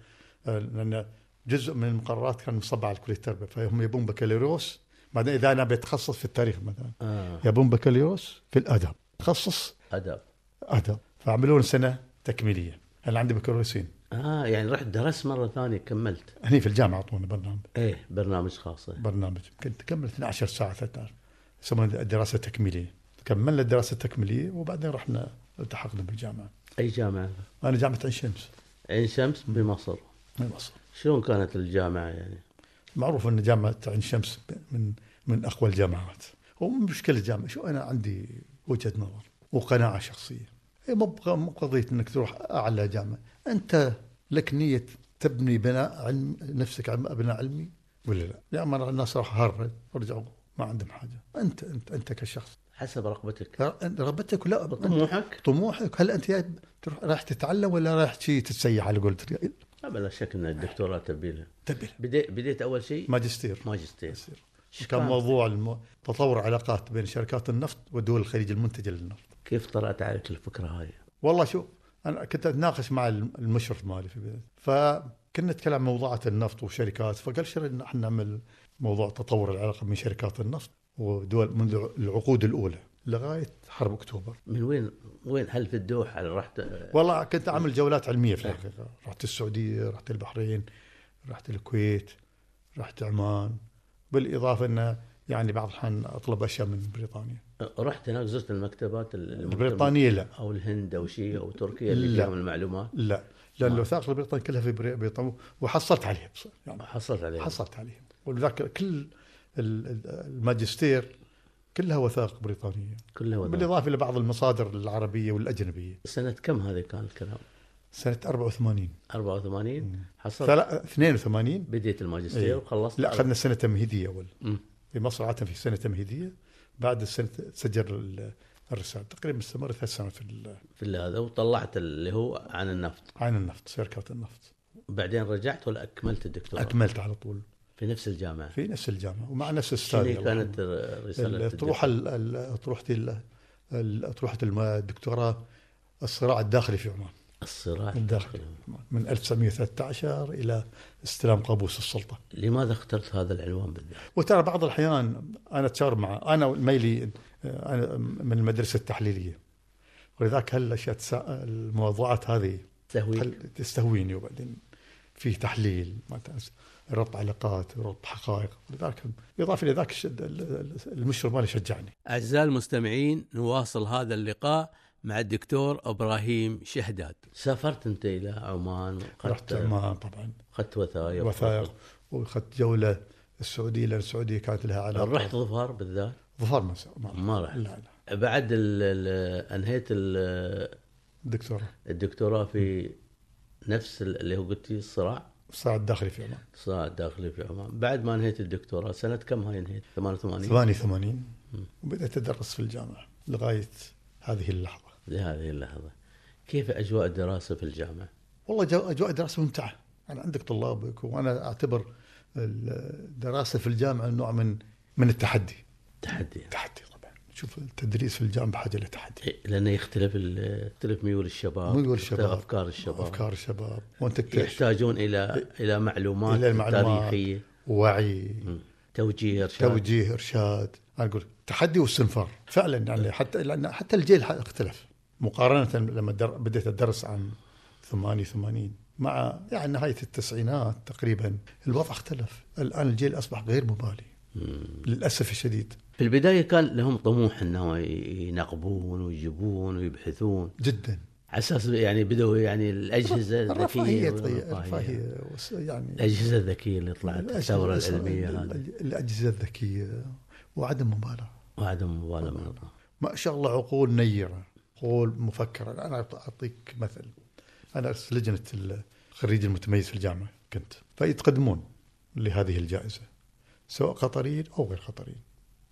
B: آه، لان جزء من المقررات كان مصب على كليه التربيه فهم يبون بكالوريوس بعدين اذا انا بتخصص في التاريخ مثلا
D: آه.
B: يبون بكالوريوس في الاداب تخصص
D: ادب
B: اداب فعملون سنه تكميليه انا عندي بكالوريوسين
D: اه يعني رحت درست مره ثانيه كملت إيه.
B: هني في الجامعه اعطونا برنامج
D: ايه برنامج خاص
B: برنامج كنت كملت 12 ساعه 13 يسمونها الدراسه التكميليه كملنا الدراسه التكميليه وبعدين رحنا التحقنا بالجامعه
D: اي جامعه؟
B: انا جامعه عين شمس
D: عين شمس بمصر
B: بمصر
D: شلون كانت الجامعه يعني؟
B: معروف ان جامعه عين شمس من من اقوى الجامعات هو مو مشكله الجامعه شو انا عندي وجهه نظر وقناعه شخصيه هي مو بق- مو قضيه انك تروح اعلى جامعه انت لك نيه تبني بناء علم نفسك على بناء علمي ولا لا؟ يا اما الناس راح هرب ورجعوا ما عندهم حاجه انت انت انت كشخص
D: حسب رغبتك
B: رغبتك ولا
D: طموحك؟
B: طموحك هل انت جاي تروح رايح تتعلم ولا رايح شي تتسيح على قولتك؟
D: لا بلا شك ان الدكتوراه تبي لها
B: تبي
D: بديت بديت اول شيء
B: ماجستير
D: ماجستير
B: كان
D: كان؟
B: موضوع الم... تطور علاقات بين شركات النفط ودول الخليج المنتجه للنفط.
D: كيف طلعت عليك الفكره هاي؟
B: والله شوف انا كنت اتناقش مع الم- المشرف مالي في بداية. فكنا نتكلم عن موضوعات النفط وشركات فقال شر ان احنا نعمل موضوع تطور العلاقه بين شركات النفط ودول منذ العقود الاولى لغايه حرب اكتوبر.
D: من وين وين هل في الدوحه رحت
B: والله كنت اعمل جولات علميه في الحقيقه، رحت السعوديه، رحت البحرين، رحت الكويت، رحت عمان، بالاضافه انه يعني بعض الاحيان اطلب اشياء من بريطانيا.
D: رحت هناك زرت المكتبات ال-
B: البريطانيه لا
D: او الهند او شيء او تركيا اللي
B: لا.
D: فيها من المعلومات
B: لا لان الوثائق البريطانيه كلها في بري- بريطانيا وحصلت عليها بص- يعني
D: حصلت عليها
B: حصلت عليها ولذلك كل ال- ال- الماجستير كلها وثائق بريطانيه
D: كلها وذا.
B: بالاضافه الى بعض المصادر العربيه والاجنبيه
D: سنه كم هذا كان الكلام؟
B: سنه 84
D: 84 حصلت
B: ثلا- 82
D: بديت
B: إيه.
D: الماجستير وخلصت
B: لا اخذنا سنه تمهيديه اول
D: مم.
B: في مصر عاده في سنه تمهيديه بعد السنه سجل ال- الرساله تقريبا استمر ثلاث سنوات في ال-
D: في ال- هذا وطلعت اللي هو عن النفط
B: عين النفط شركات النفط
D: بعدين رجعت ولا اكملت الدكتوراه
B: اكملت على طول
D: في نفس الجامعه
B: في نفس الجامعه ومع نفس الاستاذ
D: شنو
B: الله يرحمه.
D: كانت ر- رساله
B: الاطروحه
D: الدكتوراه؟
B: ال- الاطروحه ال- الاطروحه الم- الدكتوراه الصراع الداخلي في عمان
D: الصراع
B: الداخلي
D: الداخلي.
B: من 1913 الى استلام قابوس السلطه
D: لماذا اخترت هذا العنوان بالذات؟
B: وترى بعض الاحيان انا اتشاور مع انا ميلي آه، انا من المدرسه التحليليه ولذلك هالاشياء تسا- الموضوعات هذه
D: تهويك
B: تحل- تستهويني وبعدين في تحليل ما تعرف، ربط علاقات ربط حقائق ولذلك اضافه الى ذاك الش- ال- ال- المشرف مالي شجعني
E: أعزائي المستمعين نواصل هذا اللقاء مع الدكتور إبراهيم شهداد
D: سافرت انت الى عمان
B: رحت
D: وخدت
B: عمان طبعا
D: اخذت وثائق
B: وثائق واخذت جوله السعوديه لان السعوديه كانت لها علاقه
D: رحت ظفار بالذات
B: ظهر ما س- ما
D: ما رحت.
B: لا لا
D: بعد ال ال انهيت ال
B: دكتوره
D: الدكتوراه في نفس ال- اللي هو قلت لي الصراع
B: الصراع الداخلي في عمان
D: صراع داخلي في عمان بعد ما انهيت الدكتوراه سنه كم هاي انهيت 88
B: 88 وبدأت أدرس في الجامعة لغاية هذه اللحظة
D: لهذه اللحظه كيف اجواء الدراسه في الجامعه
B: والله جو أجواء الدراسة ممتعة يعني عندك طلابك وأنا أعتبر الدراسة في الجامعة نوع من من التحدي
D: تحدي
B: تحدي طبعا شوف التدريس في الجامعة بحاجة لتحدي
D: إيه، لانه يختلف ال- يختلف ميول الشباب
B: ميول
D: يختلف
B: الشباب
D: افكار الشباب
B: أفكار الشباب وأنت تكتشف
D: يحتاجون الى الى معلومات
B: إلى المعلومات.
D: تاريخيه
B: وعي
D: مم. توجيه ارشاد
B: توجيه إرشاد أنا أقول تحدي واستنفار فعلا يعني حتى لأن حتى الجيل اختلف مقارنة لما در... بديت أدرس عام 88 مع يعني نهاية التسعينات تقريبا الوضع اختلف الآن الجيل أصبح غير مبالي للأسف الشديد
D: في البدايه كان لهم طموح انه ينقبون ويجيبون ويبحثون
B: جدا
D: على اساس يعني بدوا يعني الاجهزه
B: الرفاهية
D: الذكيه
B: تغير
D: والرفاهية.
B: الرفاهية وس- يعني
D: الاجهزه الذكيه اللي طلعت الثوره
B: الأجهزة-
D: العلميه
B: ال-
D: هذه
B: ال- الأجهزة الذكية وعدم مبالاة
D: وعدم مبالاه من الله
B: ما شاء الله عقول نيرة عقول مفكرة أنا أعط- أعطيك مثل أنا أرسل لجنة الخريج المتميز في الجامعة كنت فيتقدمون لهذه الجائزة سواء قطريين أو غير قطريين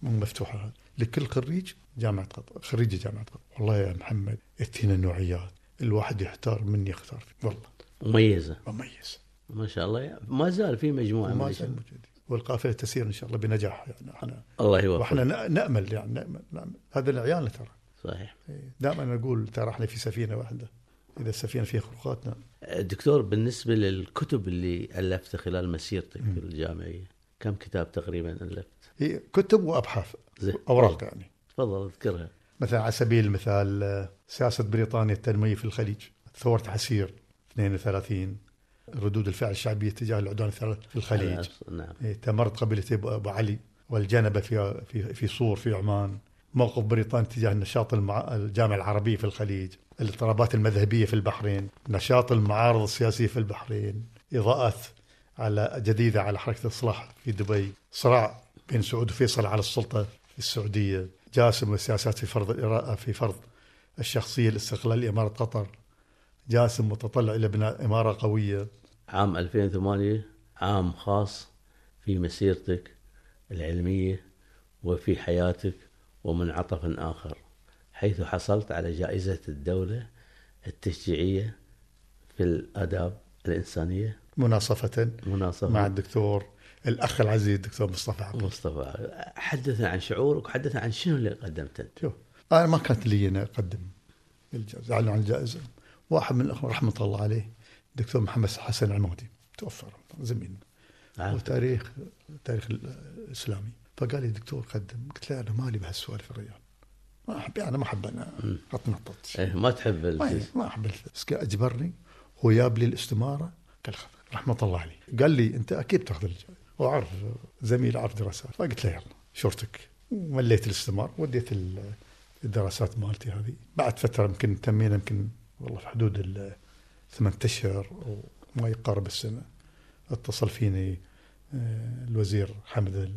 B: مفتوحة هذه. لكل خريج جامعة قطر خريج جامعة قطر والله يا محمد اتينا نوعيات الواحد يحتار من يختار فيه. والله
D: مميزه
B: مميز
D: ما شاء الله يعني ما زال في مجموعه من
B: وما زال
D: الشباب.
B: موجود والقافلة تسير إن شاء الله بنجاح يعني احنا
D: الله يوفقك
B: واحنا نأ- نأمل يعني نأمل, نأمل. هذا العيال ترى
D: صحيح
B: دائما اقول ترى احنا في سفينه واحده اذا السفينه فيها نعم. خروقاتنا
D: دكتور بالنسبه للكتب اللي الفتها خلال مسيرتك في الجامعيه كم كتاب تقريبا الفت؟
B: هي إيه، كتب وابحاث
D: زين.
B: اوراق يعني
D: تفضل اذكرها
B: مثلا على سبيل المثال آه، سياسه بريطانيا التنميه في الخليج ثوره عسير 32 ردود الفعل الشعبيه تجاه العدوان الثلاث في الخليج
D: نعم
B: إيه، تمرد قبيله ابو أبو علي والجنبه في في في صور في عمان موقف بريطانيا تجاه النشاط المع... الجامعه العربيه في الخليج الاضطرابات المذهبيه في البحرين نشاط المعارض السياسيه في البحرين اضاءات على جديده على حركه الاصلاح في دبي صراع بين سعود وفيصل على السلطه في السعوديه جاسم والسياسات في فرض الإرا... في فرض الشخصيه الاستقلاليه اماره قطر جاسم متطلع الى بناء اماره قويه
D: عام 2008 عام خاص في مسيرتك العلمية وفي حياتك ومنعطف آخر حيث حصلت على جائزة الدولة التشجيعية في الآداب الإنسانية
B: مناصفه
D: مناصفة
B: مع الدكتور الاخ العزيز الدكتور مصطفى عبد
D: مصطفى حدثنا عن شعورك وحدثنا عن شنو اللي قدمته انت
B: شوف انا ما كانت لي انا اقدم الجائزه اعلن عن الجائزه واحد من الاخوه رحمه الله عليه الدكتور محمد حسن العمودي توفى زميلنا نعم.
D: عارف.
B: وتاريخ تاريخ الاسلامي فقال لي دكتور قدم قلت له انا مالي بهالسوالف الرجال ما احب انا ما احب انا اتنطط
D: إيه ما تحب
B: ما
D: ال-
B: ما احب الف- بس كان اجبرني هو جاب لي الاستماره قال خذ رحمه الله عليه قال لي انت اكيد تاخذ الجائزه واعرف زميل اعرف دراسات فقلت له يلا شورتك مليت الاستمار وديت ال- الدراسات مالتي هذه بعد فتره يمكن تمينا يمكن والله في حدود ال- ثمانية اشهر او ما يقارب السنه اتصل فيني آه، الوزير حمد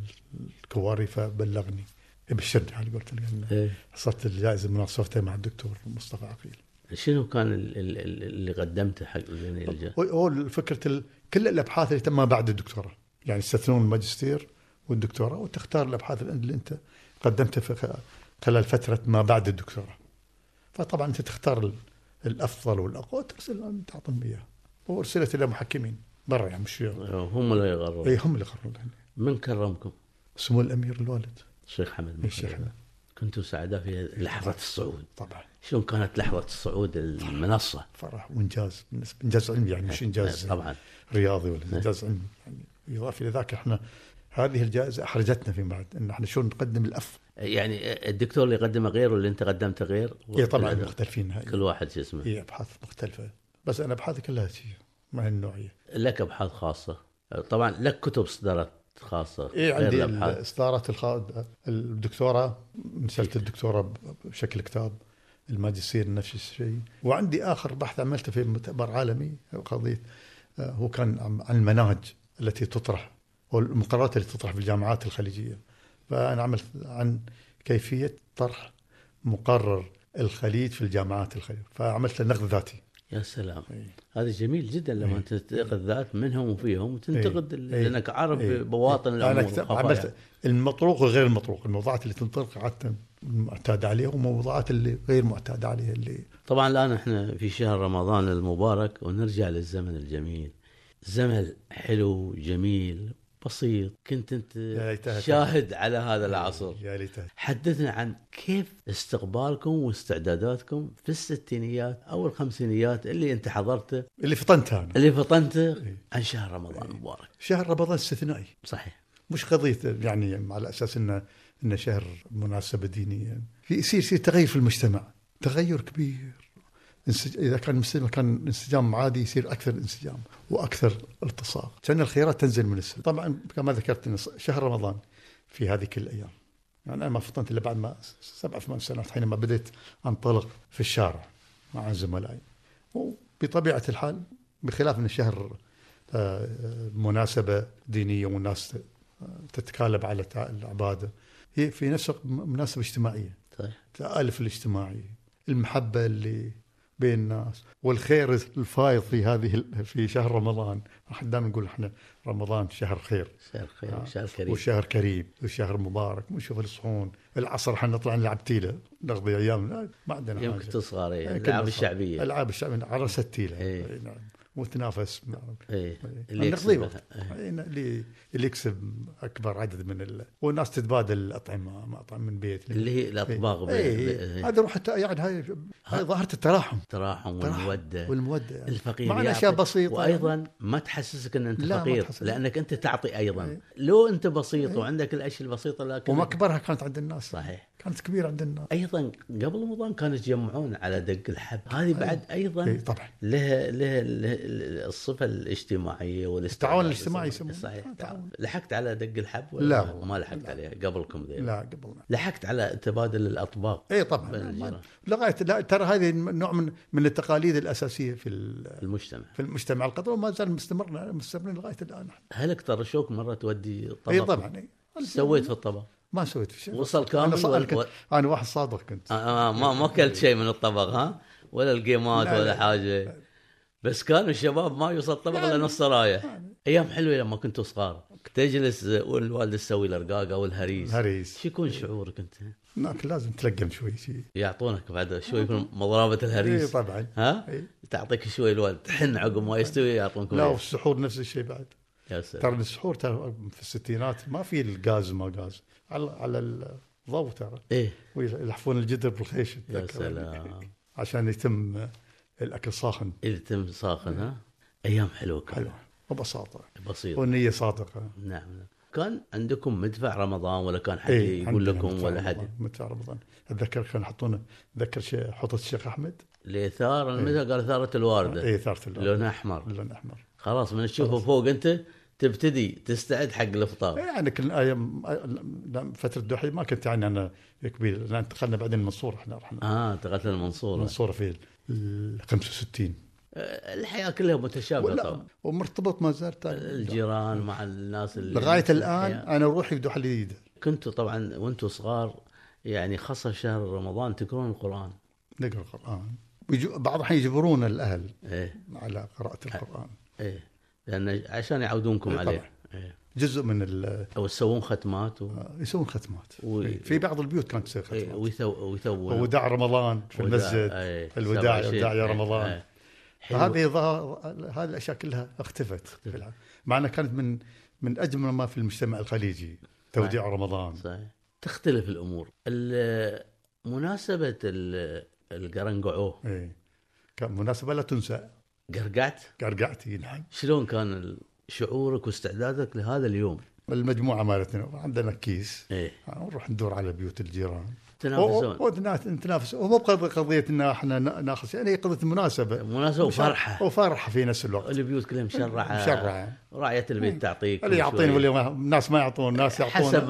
B: الكواري فبلغني بالشد على قولته لأن
D: إيه.
B: حصلت الجائزه مناصفته مع الدكتور مصطفى عقيل
D: شنو كان ال- ال- ال- اللي قدمته حق يعني الج-
B: هو- هو فكره ال... كل الابحاث اللي تمها بعد الدكتوراه يعني يستثنون الماجستير والدكتوراه وتختار الابحاث اللي انت قدمتها في خ- خلال فتره ما بعد الدكتوراه فطبعا انت تختار ال- الافضل والاقوى ترسل تعطيهم اياها وارسلت الى محكمين برا يعني مش
D: هم اللي يقررون
B: اي هم اللي قرروا لها.
D: من كرمكم
B: سمو الامير الوالد
D: الشيخ حمد
B: إيه، الشيخ
D: محمد. كنتوا سعداء في لحظة الصعود
B: طبعا
D: شلون كانت لحظة الصعود المنصة
B: فرح وانجاز بالنسبه انجاز علمي يعني
D: نعم،
B: مش انجاز
D: طبعا
B: رياضي ولا انجاز علمي يعني يضاف الى ذاك احنا هذه الجائزه احرجتنا فيما بعد ان احنا شلون نقدم الافضل
D: يعني الدكتور اللي قدمه غير واللي انت قدمته غير
B: اي طبعا إيه، مختلفين
D: كل
B: نهائيا
D: واحد شو اسمه
B: هي ابحاث مختلفه بس انا ابحاثي كلها شيء ما هي النوعيه
D: لك ابحاث خاصه طبعا لك كتب صدرت خاصه
B: اي
D: غير
B: إيه، عندي
D: الابحاث
B: الاصدارات الخا- الدكتوره مسلت الدكتوره بشكل كتاب الماجستير نفس الشيء وعندي اخر بحث عملته في مؤتمر عالمي قضيه آه، هو كان عن- عن المناهج التي تطرح والمقررات التي تطرح في الجامعات الخليجيه فانا عملت عن كيفيه طرح مقرر الخليج في الجامعات الخليج فعملت له نقد ذاتي
D: يا سلام
B: إي.
D: هذا جميل جدا لما
B: إيه.
D: انت تنتقد ذات منهم وفيهم وتنتقد ال-
B: إي.
D: لانك عارف
B: إي.
D: بواطن
B: انا
D: الامور
B: كت-
D: والخفايا.
B: إيه. عملت المطروق وغير المطروق الموضوعات اللي تنطلق عاده معتاد عليها وموضوعات اللي غير معتاد عليها اللي
D: طبعا الان احنا في شهر رمضان المبارك ونرجع للزمن الجميل زمن حلو جميل بسيط كنت انت
B: ليتها
D: شاهد على هذا العصر
B: يا ليتها
D: حدثنا عن كيف استقبالكم واستعداداتكم في الستينيات او الخمسينيات اللي انت حضرته
B: اللي فطنتها انا
D: اللي
B: إيه.
D: فطنته عن شهر رمضان المبارك
B: شهر رمضان استثنائي
D: صحيح
B: مش قضيه يعني على اساس انه انه شهر مناسبه دينيه في يصير يصير تغير في المجتمع تغير كبير انسج... اذا كان المسلم كان انسجام عادي يصير اكثر انسجام واكثر التصاق كان الخيرات تنزل من السماء طبعا كما ذكرت إن شهر رمضان في هذيك الايام يعني انا ما فطنت الا بعد ما سبع ثمان سنوات حينما بديت انطلق في الشارع مع زملائي وبطبيعه الحال بخلاف ان الشهر آه، آه، مناسبه دينيه والناس تتكالب على تع- العباده هي في نفس الوقت م- مناسبه اجتماعيه
D: صحيح
B: التالف الاجتماعي المحبه اللي بين الناس والخير الفايض في هذه ال- في شهر رمضان احنا دائما نقول احنا رمضان شهر خير
D: شهر خير شهر كريم
B: آه. وشهر كريم وشهر مبارك ونشوف الصحون العصر احنا نطلع نلعب تيله نقضي ايامنا ما عندنا
D: يوم
B: حاجة.
D: كنت صغار
B: كلنا
D: إيه، الالعاب
B: صغار.
D: الشعبيه
B: العاب الشعبيه عرس التيله
D: إيه.
B: إيه، نعم وتنافس
D: إيه. اللي
B: اللي نقضي
D: يكسب.
B: وقت إيه، اللي اللي يكسب اكبر عدد من ال... والناس تتبادل الاطعمه مطعم من بيت إيه.
D: اللي هي الاطباق ب- ب-
B: اي هذا روح الت- يعني هاي هاي ظاهره التراحم
D: التراحم
B: تراحم
D: والموده
B: والموده يعني.
D: الفقير
B: مع
D: يعطي.
B: اشياء بسيطه
D: وايضا ما تحسسك ان انت
B: يعني. لا، ما
D: فقير
B: تحسسك.
D: لانك انت تعطي ايضا لو انت بسيط وعندك الاشياء البسيطه لكن
B: وما كبرها كانت عند الناس
D: صحيح.
B: كانت كبيره عند الناس
D: ايضا قبل رمضان كانوا يتجمعون على دق الحب هذه بعد ايضا
B: إيه، طبعاً.
D: لها لها لها, الصفه الاجتماعيه والاستعداد
B: التعاون الاجتماعي يسمونه.
D: صحيح
B: آه،
D: التعاون.
B: تعاون.
D: لحقت على دق الحب ولا
B: لا.
D: ما لحقت
B: لا.
D: عليها قبلكم ذي
B: لا إيه. قبلنا
D: لحقت على تبادل الاطباق
B: اي طبعا
D: بين الجيران.
B: ما- لغايه لا ترى هذه نوع من من التقاليد الاساسيه في ال-
D: المجتمع
B: في المجتمع القطري وما زال مستمرنا مستمرين لغايه الان نحن
D: اهلك طرشوك مره تودي
B: اي
D: طبق
B: طبعا إي.
D: سويت في الطبق
B: إيه. ما سويت في شيء
D: وصل
B: انا
D: كامل
B: ص- أنا
D: ولا
B: كنت- انا واحد صادق كنت
D: آه آه، ما ما اكلت شيء من الطبق ها ولا القيمات
B: لا،
D: ولا
B: لا.
D: حاجه بس كانوا الشباب ما يوصل طبق الا
B: يعني-
D: نص رايح
B: يعني.
D: ايام حلوه لما كنتوا صغار تجلس والوالده تسوي الرقاقه والهريس
B: هريس
D: شو يكون شعورك انت؟
B: هناك نعم، لازم تلقم شوي إيه، شيء
D: يعطونك بعد
B: آه.
D: شوي من مضربه
B: اي
D: الهريس
B: طبعا
D: ها؟
B: إي.
D: تعطيك شوي الوالد تحن عقب ما يستوي يعطونك
B: لا
D: إياه.
B: والسحور نفس الشيء بعد
D: يا سلام
B: ترى السحور ترى في الستينات ما في الغاز ما غاز على على الضوء ترى
D: ايه
B: ويلحفون الجدر بالخيش
D: يا
B: أتذكر.
D: سلام
B: عشان يتم الاكل ساخن
D: اذا تم ساخن ها
B: إيه.
D: ايام حلوه
B: حلو
D: كانت
B: وبساطه
D: بسيطه
B: والنية صادقة
D: نعم نعم. كان عندكم مدفع رمضان ولا كان حد
B: إيه،
D: يقول
B: عندنا
D: لكم
B: مدفع
D: ولا حد
B: رمضان- مدفع رمضان اتذكر كانوا يحطون اتذكر شيء حوطة الشيخ احمد
D: لإثارة
B: إيه.
D: المدفع قال إثارة الواردة
B: اي ثارت اللون
D: لون أحمر
B: اللون احمر
D: خلاص من تشوفه فوق أنت تبتدي تستعد حق الإفطار
B: يعني كنا ايام لم- فترة الدحية ما كنت يعني انا كبير لان انتقلنا بعدين المنصورة احنا رحنا
D: آه انتقلت للمنصورة
B: المنصورة في ال 65
D: آه، الحياة كلها متشابهة
B: ولا
D: طبعا
B: ومرتبط ما زال تاني.
D: الجيران مع الناس اللي
B: لغاية
D: نفس
B: الان
D: الحياة.
B: انا روحي في دحلي جديدة
D: كنتوا طبعا وانتوا صغار يعني خاصة شهر رمضان تقرون القرآن
B: نقرا القران ويجو- بعض الاحيان يجبرونا الاهل
D: إيه
B: على قراءة القران
D: إيه لأن عشان يعودونكم
B: إيه،
D: عليه
B: طبعا.
D: إيه.
B: جزء من ال-
D: أو تسوون ختمات و...
B: يسوون ختمات
D: و-
B: إيه، في بعض البيوت كانت تسوي
D: إيه،
B: آه، ختمات
D: ويثو... ويثوون
B: وداع رمضان في
D: وداع-
B: المسجد
D: إيه،
B: الوداع
D: 27.
B: وداع يا
D: إيه،
B: رمضان
D: إيه. حلو.
B: هذه ظهر هذه الاشياء كلها اختفت مع انها كانت من من اجمل ما في المجتمع الخليجي توديع رمضان
D: صحيح تختلف الامور ال- مناسبه ال- القرنقعوه
B: إيه. كان مناسبه لا تنسى
D: قرقعت
B: قرقعتي نعم
D: شلون كان ال- شعورك واستعدادك لهذا اليوم؟
B: المجموعه مالتنا عندنا كيس يعني
D: ايه
B: نروح ندور على بيوت الجيران
D: تنافسون
B: ونتنافس ومو بقض- قضيه ان احنا نا- ناخذ يعني قضيه مناسبه
D: مناسبه وفرحه
B: وفرحه في نفس الوقت
D: البيوت كلها مشرعه
B: مشرعة.
D: رعيه البيت تعطيك
B: إيه. اللي يعطينا
D: شوية.
B: واللي ما الناس ما يعطون الناس يعطون
D: حسب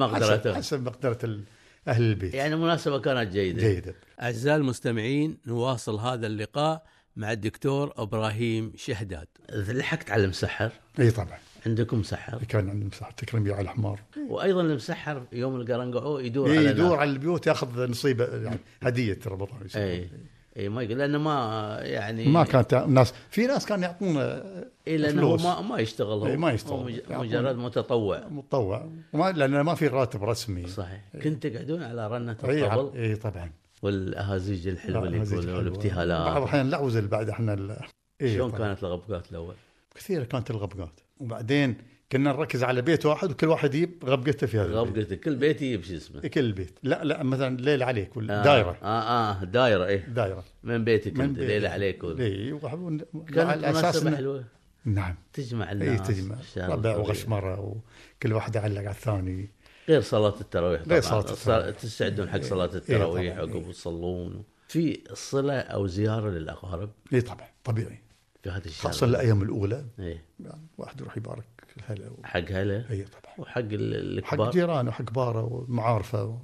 B: حسب,
D: مقدرته.
B: حسب مقدره ال- اهل البيت يعني
D: يعني مناسبه كانت جيده
B: جيدا
E: أعزائي المستمعين نواصل هذا اللقاء مع الدكتور إبراهيم شهداد
D: لحقت على المسحر
B: اي طبعا
D: عندكم مسحر
B: كان عندنا مساحه تكرم يا على الحمار
D: وايضا المسحر يوم القرنقعوه يدور على
B: إيه، يدور
D: الناس.
B: على البيوت ياخذ نصيبه يعني هديه رمضان
D: اي اي إيه، ما يقول لانه ما يعني
B: ما كانت ناس في ناس كانوا آه، يعطونا
D: إيه لانه هو
B: فلوس.
D: ما ما يشتغل هو
B: إيه، ما يشتغل. إيه.
D: هو مج-
B: يعطون-
D: مجرد متطوع
B: متطوع وما لان ما في راتب رسمي
D: صحيح
B: إيه.
D: كنت تقعدون على رنه
B: اي ع-
D: الطبل
B: اي طبعا
D: والاهازيج الحلوه اللي
B: هذه
D: يقولوا
B: الحلوة. بعض
D: الابتهالات
B: الاحيان العوزل بعد احنا ال- إيه
D: شلون
B: طبعاً. إيه،
D: كانت الغبقات الاول؟
B: كثيره كانت الغبقات وبعدين كنا نركز على بيت واحد وكل واحد يجيب غبقته في هذا البيت. إيه،
D: غبقتك كل بيت يجيب شو اسمه
B: كل البيت لا لا مثلا ليل عليك ولا
D: آه.
B: دايره
D: اه اه دايره ايه
B: دايره
D: من بيتك انت
B: بيت-
D: ليله عليك ولا.
B: اي وحب-
D: كانت
B: على اساس
D: مناسبه
B: إنه-
D: حلوه
B: نعم
D: تجمع
B: اي
D: الناس
B: تجمع
D: الشارع
B: ربع
D: الطويل.
B: وغشمره وكل واحد علق على الثاني
D: غير صلاة التراويح
B: غير
D: طبعاً.
B: صلاة التراويح.
D: صار- تستعدون حق
B: إيه،
D: صلاة
B: إيه،
D: التراويح
B: طبعاً،
D: عقب
B: إيه.
D: تصلون في صلة أو زيارة للأقارب
B: اي طبعا طبيعي
D: في هذا الشهر
B: خاصه الايام الاولى
D: إيه.
B: يعني واحد يروح يبارك هلا و-
D: حق هلا
B: اي طبعا
D: وحق ال-
B: حق
D: الكبار
B: جيرانه وحق باره ومعارفه و-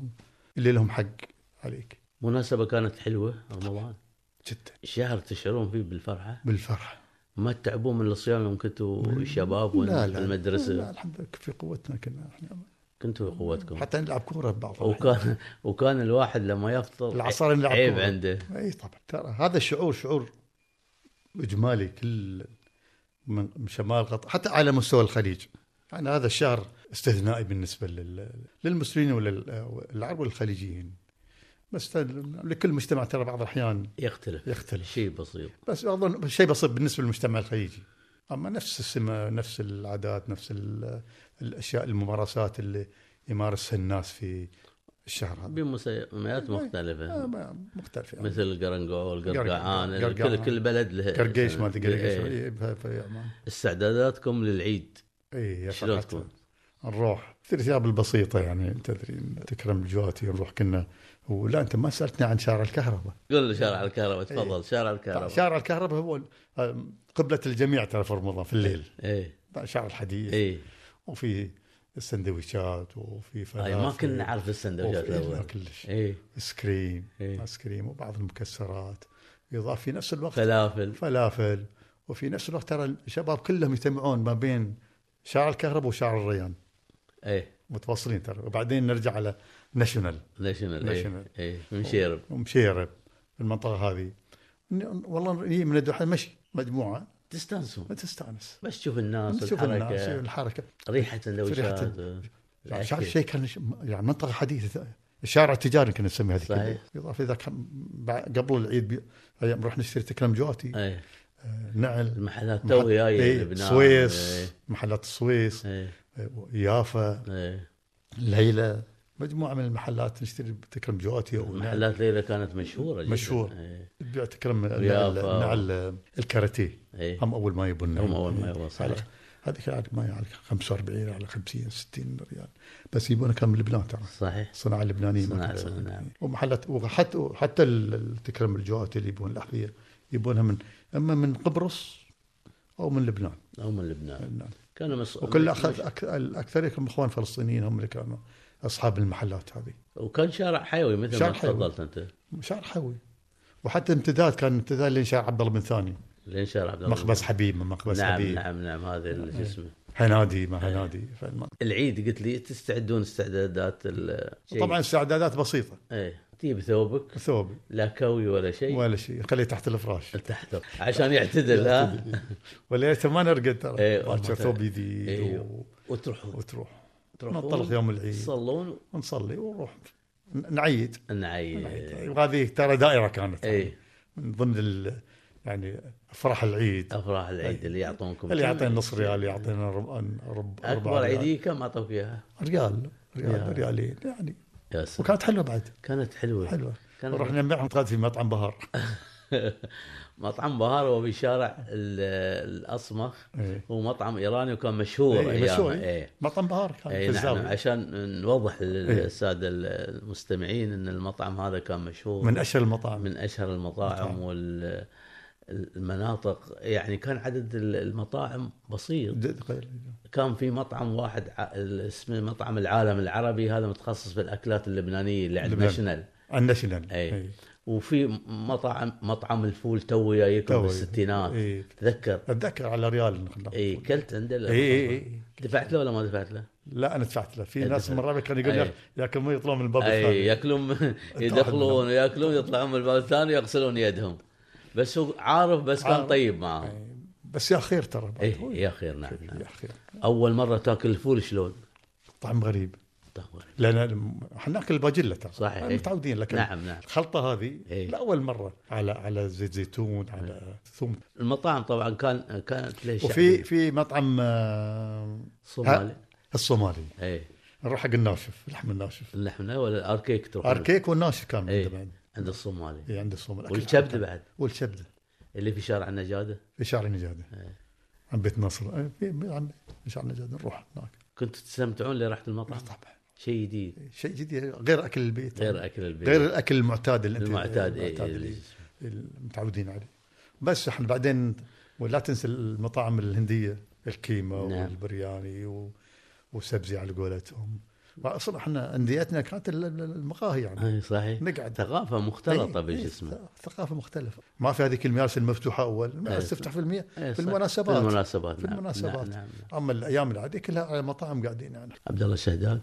B: اللي لهم حق عليك
D: مناسبة كانت حلوة رمضان
B: جدا
D: شهر تشعرون فيه بالفرحة
B: بالفرحه
D: ما تتعبون من الصيام يوم كنتوا شباب
B: لا لا لا
D: والمدرسة
B: الحمد لله في قوتنا كنا احنا
D: كنتوا قوتكم
B: حتى نلعب كوره ببعض
D: وكان وكان الواحد لما يفطر
B: العصر نلعب
D: عيب
B: كورة.
D: عنده
B: اي طبعا ترى هذا الشعور شعور اجمالي كل من من شمال قطر حتى على مستوى الخليج يعني هذا الشهر استثنائي بالنسبه لل... للمسلمين والعرب والخليجيين بس لكل مجتمع ترى بعض الاحيان
D: يختلف
B: يختلف.
D: شيء بسيط
B: بس اظن شيء بسيط بالنسبه للمجتمع الخليجي اما نفس السمه نفس العادات نفس ال... الاشياء الممارسات اللي يمارسها الناس في الشهر هذا آه،
D: بمسميات مختلفة
B: ما- مختلف يعني.
D: مثل القرنقع والقرقعان
B: قرقعان.
D: كل كل بلد له
B: قرقيش ما ادري
D: إيه.
B: قرقيش إيه، في- في عمان
D: استعداداتكم للعيد
B: اي إيه، يا
D: شلون
B: فرحة.
D: تكون؟
B: نروح الثياب البسيطه يعني تدري تكرم الجواتي نروح كنا ولا انت ما سالتني عن شارع الكهرباء
D: قول له شارع الكهرباء تفضل شارع الكهرباء
B: إيه. شارع الكهرباء هو آم، قبله الجميع ترى في رمضان في الليل
D: ايه
B: شارع الحديد
D: ايه
B: وفي السندويشات وفي
D: هاي
B: فلافل
D: طيب، ما كنا نعرف السندوتشات
B: وفي- إيه، ما
D: الاول
B: كلش
D: ايه
B: ايس كريم
D: إيه.
B: ايس كريم وبعض المكسرات يضاف في نفس الوقت
D: فلافل
B: فلافل وفي نفس الوقت ترى الشباب كلهم يجتمعون ما بين شارع الكهرباء وشارع الريان
D: ايه
B: متواصلين ترى وبعدين نرجع على ناشونال
D: ناشونال ايه
B: ناشونال.
D: ايه منشيرب
B: ومشيرب في المنطقه هذه ن- والله هي من الدوحه مشي مجموعه
D: تستانسون
B: ما تستانس
D: بس تشوف الناس
B: تشوف الناس
D: والحركه
B: الحركه
D: ريحه
B: ريحة
D: السندوتشات إيه.
B: يعني شارع شيء كان ش- يعني منطقه حديثه الشارع التجاري كنا نسميه هذيك
D: صحيح.
B: يضاف اذا كان بع- قبل العيد بي... ايام نروح نشتري تكرم جواتي
D: ايه
B: آه، نعل
D: المحلات
B: محل-
D: تو جايه
B: إيه،
D: لبنان
B: سويس
D: ايه
B: محلات السويس
D: ايه
B: آه، يافا
D: ايه
B: ليلى مجموعه من المحلات نشتري تكرم جواتي او نعل
D: محلات ليلى كانت مشهوره جدا
B: مشهور.
D: ايه
B: تبيع تكرم نعل,
D: يافا.
B: نعل آه، الكاراتيه
D: ايه
B: هم اول ما يبون إيه.
D: هم أول ما يبون، صحيح.
B: هذيك عاد ما يعلى 45 على 50 60 ريال بس يبونه كان من لبنان ترى
D: صحيح
B: الصناعه اللبنانيه ما
D: الصناعة
B: كانت
D: اللبنانية.
B: صناعة. ومحلات وحتى حتى ال- ال- تكرم الجوات اللي يبون الاحذيه يبونها من اما من قبرص او من لبنان
D: او من لبنان
B: لبنان.
D: كانوا مص...
B: وكل
D: مش-
B: اخذ أك- الاكثريه كانوا اخوان فلسطينيين هم اللي كانوا اصحاب المحلات هذه
D: وكان شارع حيوي مثل ما
B: شارع حيوي.
D: تفضلت انت
B: شارع حوي وحتى امتداد كان امتداد لين شارع عبد الله بن ثاني
D: لين شارع عبد الله
B: مخبز حبيب من مخبز
D: نعم
B: حبيب إيه.
D: نعم نعم هذا اللي شو اسمه
B: هنادي ما هنادي فالم...
D: العيد قلت لي تستعدون استعدادات ال شيء.
B: طبعا استعدادات بسيطه
D: ايه تجيب ثوبك
B: ثوب
D: لا كوي ولا شيء
B: ولا شيء خليه تحت الفراش
D: تحت عشان يعتدل ها
B: وليته ما نرقد ترى
D: إيه،
B: باكر ثوب جديد
D: إيه.
B: و...
D: وتروحون
B: وتروح
D: تروحون
B: ننطلق يوم العيد
D: تصلون
B: ونصلي ونروح ن- نعيد
D: نعيد إيه.
B: نعيد. وهذه ترى دائره كانت
D: اي
B: من ضمن ال... يعني فرح العيد
D: افراح العيد اللي يعطونكم
B: اللي
D: كم
B: يعطينا نص ريال يعطينا رب... رب...
D: اكبر
B: ربع ريال.
D: عيدية كم اعطوك اياها؟
B: ريال
D: يا.
B: ريال ريالين يعني
D: يا سلام
B: وكانت حلوه بعد
D: كانت حلوه
B: حلوه
D: كانت-
B: رحنا نجمعهم قاعد في مطعم بهار
D: مطعم بهار هو بشارع ال- الاصمخ
B: إيه.
D: هو مطعم ايراني وكان مشهور
B: إيه، مشهور،
D: أيامها. ايه
B: مطعم بهار كان
D: اي
B: في
D: نعم
B: الزاويه
D: عشان نوضح
B: إيه.
D: للساده المستمعين ان المطعم هذا كان مشهور
B: من اشهر المطاعم
D: من اشهر المطاعم
B: مطعم.
D: والمناطق يعني كان عدد ال- المطاعم بسيط
B: د- قليل.
D: كان في مطعم واحد ع- اسمه مطعم العالم العربي هذا متخصص بالاكلات اللبنانيه اللي عند
B: لبنان.
D: ناشونال
B: الناشونال
D: إيه. وفي مطعم مطعم الفول تو جايكم
B: تو.
D: بالستينات
B: إيه.
D: تذكر
B: اتذكر على ريال خلنا
D: اي كلت عنده لا؟
B: اي اي اي
D: دفعت له ولا ما دفعت له؟
B: إيه، لا انا دفعت له في
D: أنت
B: ناس
D: دفعت.
B: من رابع كان يقول
D: أي.
B: يا لكن ما يطلعون من الباب
D: اي
B: الثاني
D: ياكلون يدخلون ياكلون يطلعون من الباب الثاني يغسلون يدهم بس هو عارف بس كان
B: عارف.
D: طيب معهم
B: أي. إيه. بس يا خير ترى بعد. هو
D: اي يا خير نعم, نعم.
B: يا خير
D: اول مره تاكل الفول شلون؟
B: طعم غريب
D: طعم غريب.
B: لان احنا ناكل الباجيلا ترى
D: صحيح.
B: يعني متعودين لكن
D: نعم نعم
B: الخلطه هذه
D: أي.
B: لاول مره على على زيت زيتون
D: إيه.
B: على ثوم
D: المطاعم طبعا كان كانت يعني له
B: وفي
D: شعبية.
B: في مطعم آه،
D: صومالي
B: الصومالي
D: اي
B: نروح حق الناشف لحم الناشف
D: اللحم لا إيه، ولا الاركيك تروح
B: اركيك والناشف كان
D: أي.
B: عنده بعد
D: عند الصومالي
B: إي، عند الصومالي أكل
D: والكبده
B: حلال.
D: بعد
B: والكبده
D: اللي في شارع النجاده
B: في شارع نجاده
D: إيه.
B: عن بيت نصر أي، في- عن شارع نجاده نروح هناك
D: كنتوا تستمتعون لراحه المطعم
B: طبعا
D: شيء جديد
B: شيء جديد غير اكل البيت
D: غير اكل البيت
B: غير الاكل المعتاد اللي انت
D: المعتاد إيه، إي،
B: المعتاد
D: إي،
B: اللي المتعودين عليه بس احنا بعدين ولا تنسى المطاعم الهنديه الكيمه
D: نعم.
B: نعم. والبرياني و... وسبزي على قولتهم اصلا احنا انديتنا كانت ال- ال- المقاهي يعني
D: اي إيه، صحيح
B: نقعد إيه،
D: ثقافه مختلطه
B: إي، إي،
D: بجسمه
B: ثقافه مختلفه ما في هذيك الميارس المفتوحه اول الميارس
D: إي،
B: تفتح في المية
D: إي،
B: في
D: إيه، صح.
B: المناسبات
D: في المناسبات
B: في
D: نعم.
B: المناسبات.
D: نعم. نعم. نعم.
B: اما الايام العاديه كلها على مطاعم قاعدين يعني
D: عبد الله الشهداد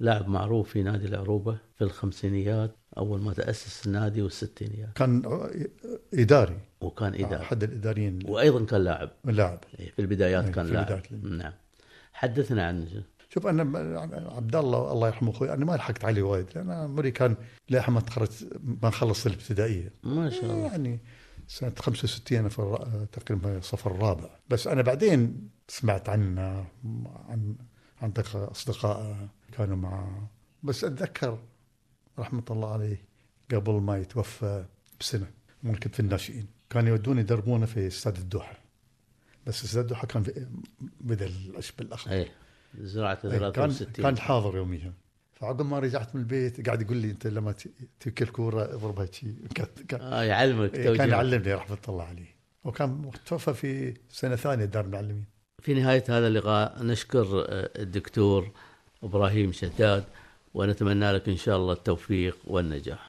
D: لاعب معروف في نادي العروبه في الخمسينيات اول ما تاسس النادي والستينيات
B: كان اداري
D: وكان اداري
B: احد الاداريين
D: وايضا كان لاعب
B: اللاعب
D: إي، في البدايات
B: إي،
D: كان
B: إيه، في
D: لاعب
B: البدايات.
D: نعم حدثنا عن
B: شوف انا عبد الله الله يرحمه اخوي انا ما لحقت عليه وايد لان أنا عمري كان للحين ما تخرجت ما خلصت الابتدائيه
D: ما شاء الله
B: يعني سنه 65 انا في الر- تقريبا الصف الرابع بس انا بعدين سمعت عنه عن عن طريق اصدقائه كانوا معه بس اتذكر رحمه الله عليه قبل ما يتوفى بسنه من كنت في الناشئين كانوا يودون يدربونه في استاد الدوحه بس استاد الدوحه كان في- بدل العشب الاخضر
D: اي زراعه
B: إيه، كان
D: 63
B: كان حاضر يوميها فعقب ما رجعت من البيت قاعد يقول لي انت لما ت- تبكي الكوره اضربها شي كت- ك-
D: آه يعلمك
B: إيه، كان
D: توجيه.
B: يعلمني رحمه الله عليه وكان توفى في سنه ثانيه دار المعلمين
D: في نهاية هذا اللقاء نشكر آه، الدكتور إبراهيم شداد ونتمنى لك إن شاء الله التوفيق والنجاح